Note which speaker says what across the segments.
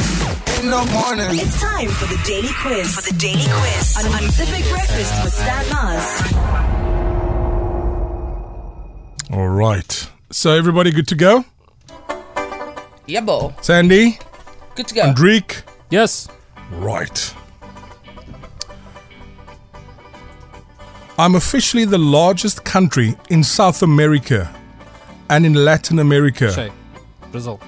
Speaker 1: in the morning.
Speaker 2: It's time for the daily quiz. For the daily quiz on Pacific Breakfast with Stan Mars.
Speaker 3: All right. So everybody good to go?
Speaker 4: Yeah, bo.
Speaker 3: Sandy,
Speaker 4: Good to go.
Speaker 3: Dreek,
Speaker 5: Yes.
Speaker 3: right. I'm officially the largest country in South America and in Latin America.
Speaker 5: Shay. Brazil.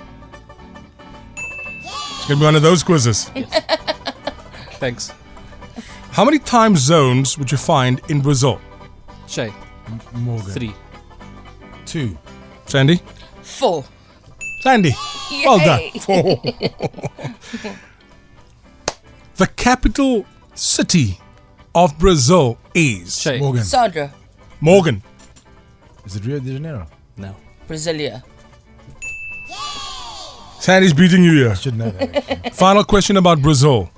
Speaker 3: It's going to be one of those quizzes.
Speaker 5: Thanks.
Speaker 3: How many time zones would you find in Brazil?
Speaker 5: Shay.
Speaker 3: Morgan.
Speaker 5: Three.
Speaker 3: Two. Sandy?
Speaker 4: Full.
Speaker 3: Sandy. Well done. The capital city of Brazil is
Speaker 5: Shay.
Speaker 6: Morgan.
Speaker 4: Sandra.
Speaker 3: Morgan.
Speaker 6: Is it Rio de Janeiro?
Speaker 5: No.
Speaker 4: Brasilia.
Speaker 3: Sandy's beating you here.
Speaker 6: Should know that. actually.
Speaker 3: Final question about Brazil.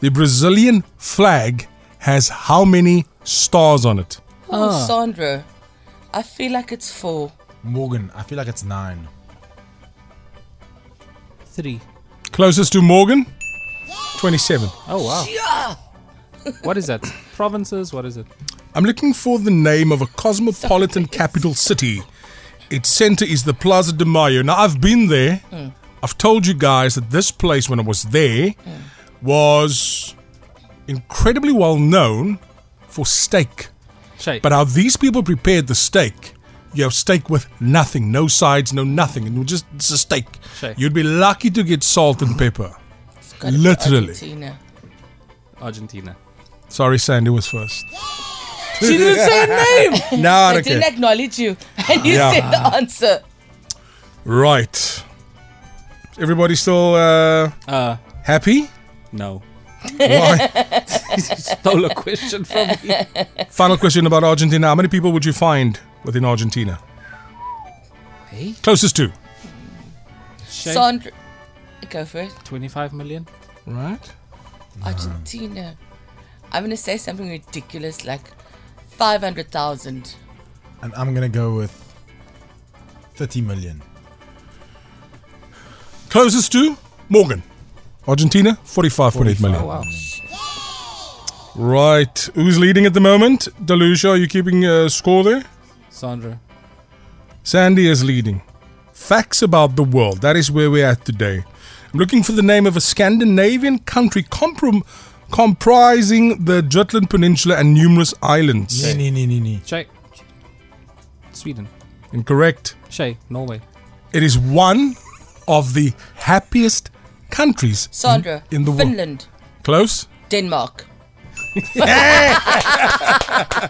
Speaker 3: The Brazilian flag has how many stars on it? Ah.
Speaker 4: Oh, Sandra. I feel like it's full.
Speaker 6: Morgan. I feel like it's nine.
Speaker 5: Three.
Speaker 3: Closest to Morgan? 27.
Speaker 5: Oh wow. what is that? Provinces? What is it?
Speaker 3: I'm looking for the name of a cosmopolitan capital city. Its center is the Plaza de Mayo. Now, I've been there.
Speaker 4: Hmm.
Speaker 3: I've told you guys that this place, when I was there,
Speaker 4: Hmm.
Speaker 3: was incredibly well known for steak.
Speaker 5: Shay.
Speaker 3: But how these people prepared the steak, you have steak with nothing, no sides, no nothing, and just it's a steak.
Speaker 5: Shay.
Speaker 3: You'd be lucky to get salt and pepper.
Speaker 4: It's gotta be
Speaker 3: Literally.
Speaker 4: Argentina.
Speaker 5: Argentina.
Speaker 3: Sorry, Sandy was first.
Speaker 4: She didn't say her name.
Speaker 3: No, I
Speaker 4: I
Speaker 3: don't
Speaker 4: didn't
Speaker 3: care.
Speaker 4: acknowledge you. And you
Speaker 3: Yeah.
Speaker 4: said the answer.
Speaker 3: Right. Everybody still uh,
Speaker 5: Uh
Speaker 3: happy?
Speaker 5: no.
Speaker 3: Why?
Speaker 5: Stole a question from me.
Speaker 3: Final question about Argentina. How many people would you find within Argentina?
Speaker 5: Hey.
Speaker 3: Closest to.
Speaker 5: Shay.
Speaker 4: Sandra. Go for it.
Speaker 5: Twenty-five million.
Speaker 3: Right.
Speaker 4: Argentina. I'm going to say something ridiculous like 500,000.
Speaker 6: And I'm gonna go with thirty million.
Speaker 3: Closest to Morgan. Argentina, 45, 48 million.
Speaker 5: Oh wow.
Speaker 3: Right. Who's leading at the moment? Delusia, are you keeping uh, score there?
Speaker 5: Sandra.
Speaker 3: Sandy is leading. Facts about the world. That is where we're at today. I'm looking for the name of a Scandinavian country comprom- comprising the Jutland Peninsula and numerous islands.
Speaker 6: Nee, nee, nee, nee, nee.
Speaker 5: Shay. Sweden.
Speaker 3: Incorrect.
Speaker 5: Shay. Norway.
Speaker 3: It is one of the happiest countries in-
Speaker 4: Sandra.
Speaker 3: in, the world.
Speaker 4: Finland.
Speaker 3: Close.
Speaker 4: Denmark.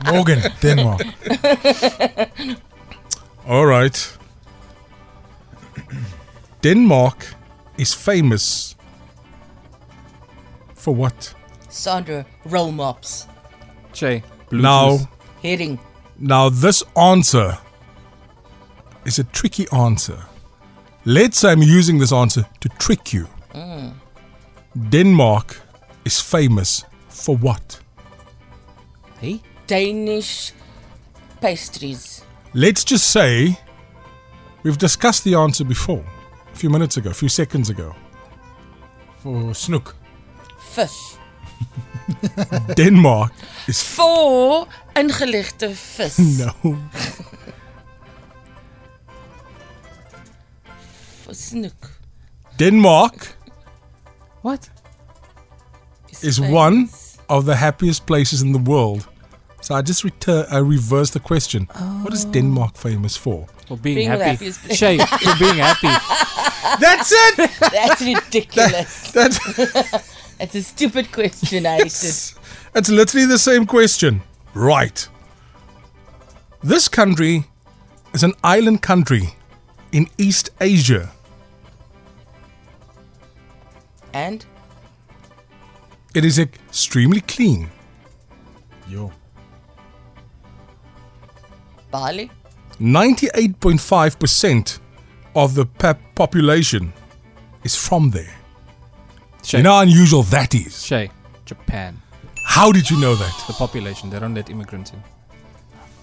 Speaker 6: Morgan. Denmark.
Speaker 3: All right. Denmark is famous for what?
Speaker 4: Sandra. Roll mops.
Speaker 5: Shay. Blue juice.
Speaker 3: Now,
Speaker 4: Herring.
Speaker 3: now this answer is a tricky answer. Let's say I'm using this answer to trick you. Denmark is famous for what?
Speaker 5: Hey.
Speaker 4: Danish pastries.
Speaker 3: Let's just say we've discussed the answer before, a few minutes ago, a few seconds ago.
Speaker 6: For Snook.
Speaker 4: Fish.
Speaker 3: Denmark is
Speaker 4: Voor ingelegde vis.
Speaker 3: no.
Speaker 4: Voor snoek.
Speaker 3: Denmark
Speaker 5: What?
Speaker 3: is one of the happiest places in the world. So I just retur- I reverse the question. What is Denmark famous for?
Speaker 5: For being
Speaker 4: Being the
Speaker 5: happy.
Speaker 4: happiest place.
Speaker 5: Shay. For being happy.
Speaker 3: That's it.
Speaker 4: That's ridiculous.
Speaker 3: That's
Speaker 4: That's a stupid question, I said.
Speaker 3: it's literally the same question. Right. This country is an island country in East Asia.
Speaker 4: And
Speaker 3: It is extremely clean.
Speaker 6: Yo.
Speaker 4: Bali?
Speaker 3: 98.5% of the pop- population is from there.
Speaker 5: Shay.
Speaker 3: You know how unusual that is.
Speaker 5: Shay. Japan.
Speaker 3: How did you know that?
Speaker 5: The population. They don't let immigrants in.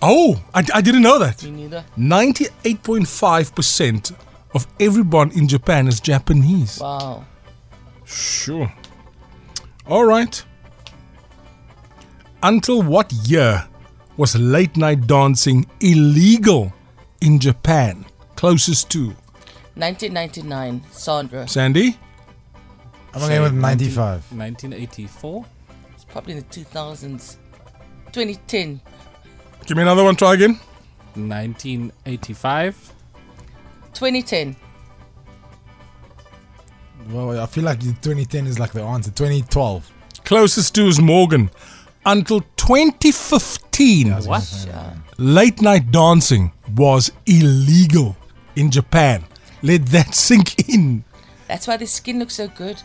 Speaker 3: Oh, I, I didn't know that.
Speaker 4: Me neither.
Speaker 3: 98.5% of everyone in Japan is Japanese.
Speaker 4: Wow.
Speaker 3: Sure. All right. Until what year was late night dancing illegal in Japan? Closest to
Speaker 4: 1999, Sandra.
Speaker 3: Sandy?
Speaker 6: I'm going with 95.
Speaker 5: 1984.
Speaker 4: It's probably in the 2000s. 2010,
Speaker 3: Give me another one. Try again.
Speaker 5: 1985.
Speaker 4: 2010.
Speaker 6: Well, I feel like 2010 is like the answer. 2012.
Speaker 3: Closest to is Morgan. Until 2015,
Speaker 5: What?
Speaker 3: late night dancing was illegal in Japan. Let that sink in.
Speaker 4: That's why the skin looks so good.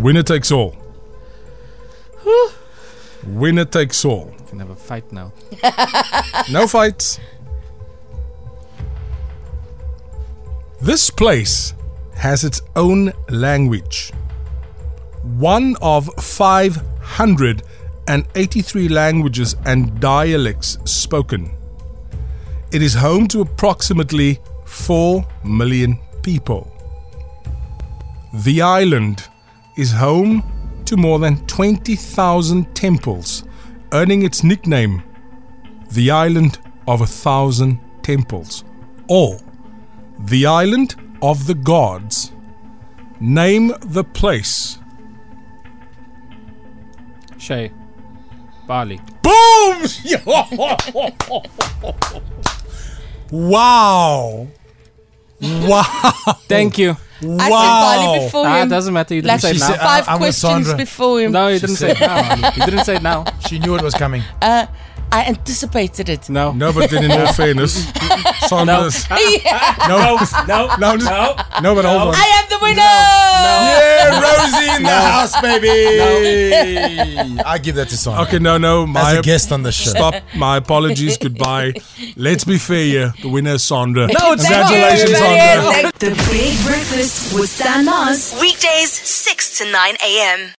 Speaker 3: Winner takes all. Winner takes all.
Speaker 5: We can have a fight now.
Speaker 3: No fights. This place has its own language. One of 583 languages and dialects spoken. It is home to approximately 4 million people. The island is home to more than 20,000 temples, earning its nickname the island of a thousand temples, or the island of the gods. Name the place.
Speaker 5: Shay. Bali.
Speaker 3: Oh. Boom! wow! Wow!
Speaker 5: Thank you.
Speaker 4: I said
Speaker 3: Wow.
Speaker 4: Bali before
Speaker 5: Ah,
Speaker 4: him.
Speaker 5: doesn't matter. You didn't
Speaker 4: Like
Speaker 5: say it
Speaker 6: said-
Speaker 5: now.
Speaker 4: five
Speaker 6: I'm with
Speaker 4: questions
Speaker 6: Sandra.
Speaker 4: before him.
Speaker 5: No, you didn't say it now. You didn't say it now.
Speaker 6: She knew it was coming.
Speaker 4: Uh, I anticipated it.
Speaker 5: No.
Speaker 3: No, but then in all fairness,
Speaker 5: No.
Speaker 3: Saunders.
Speaker 4: Yeah,
Speaker 3: No,
Speaker 5: No.
Speaker 3: no, I'm just- no, but hold on.
Speaker 4: I am the winner.
Speaker 3: Yeah, Rosie in the house, baby.
Speaker 6: I give that to Sandra.
Speaker 3: Okay, no, no,
Speaker 6: As
Speaker 3: my
Speaker 6: a guest on the show.
Speaker 3: stop. My apologies. Goodbye. Let's be fair here. The winner is Sandra.
Speaker 5: No, it's not.
Speaker 3: Congratulations,
Speaker 4: Everybody,
Speaker 3: Sandra.
Speaker 4: thank
Speaker 2: The Big Breakfast with Stan Mars. Weekdays, 6 to 9 a.m.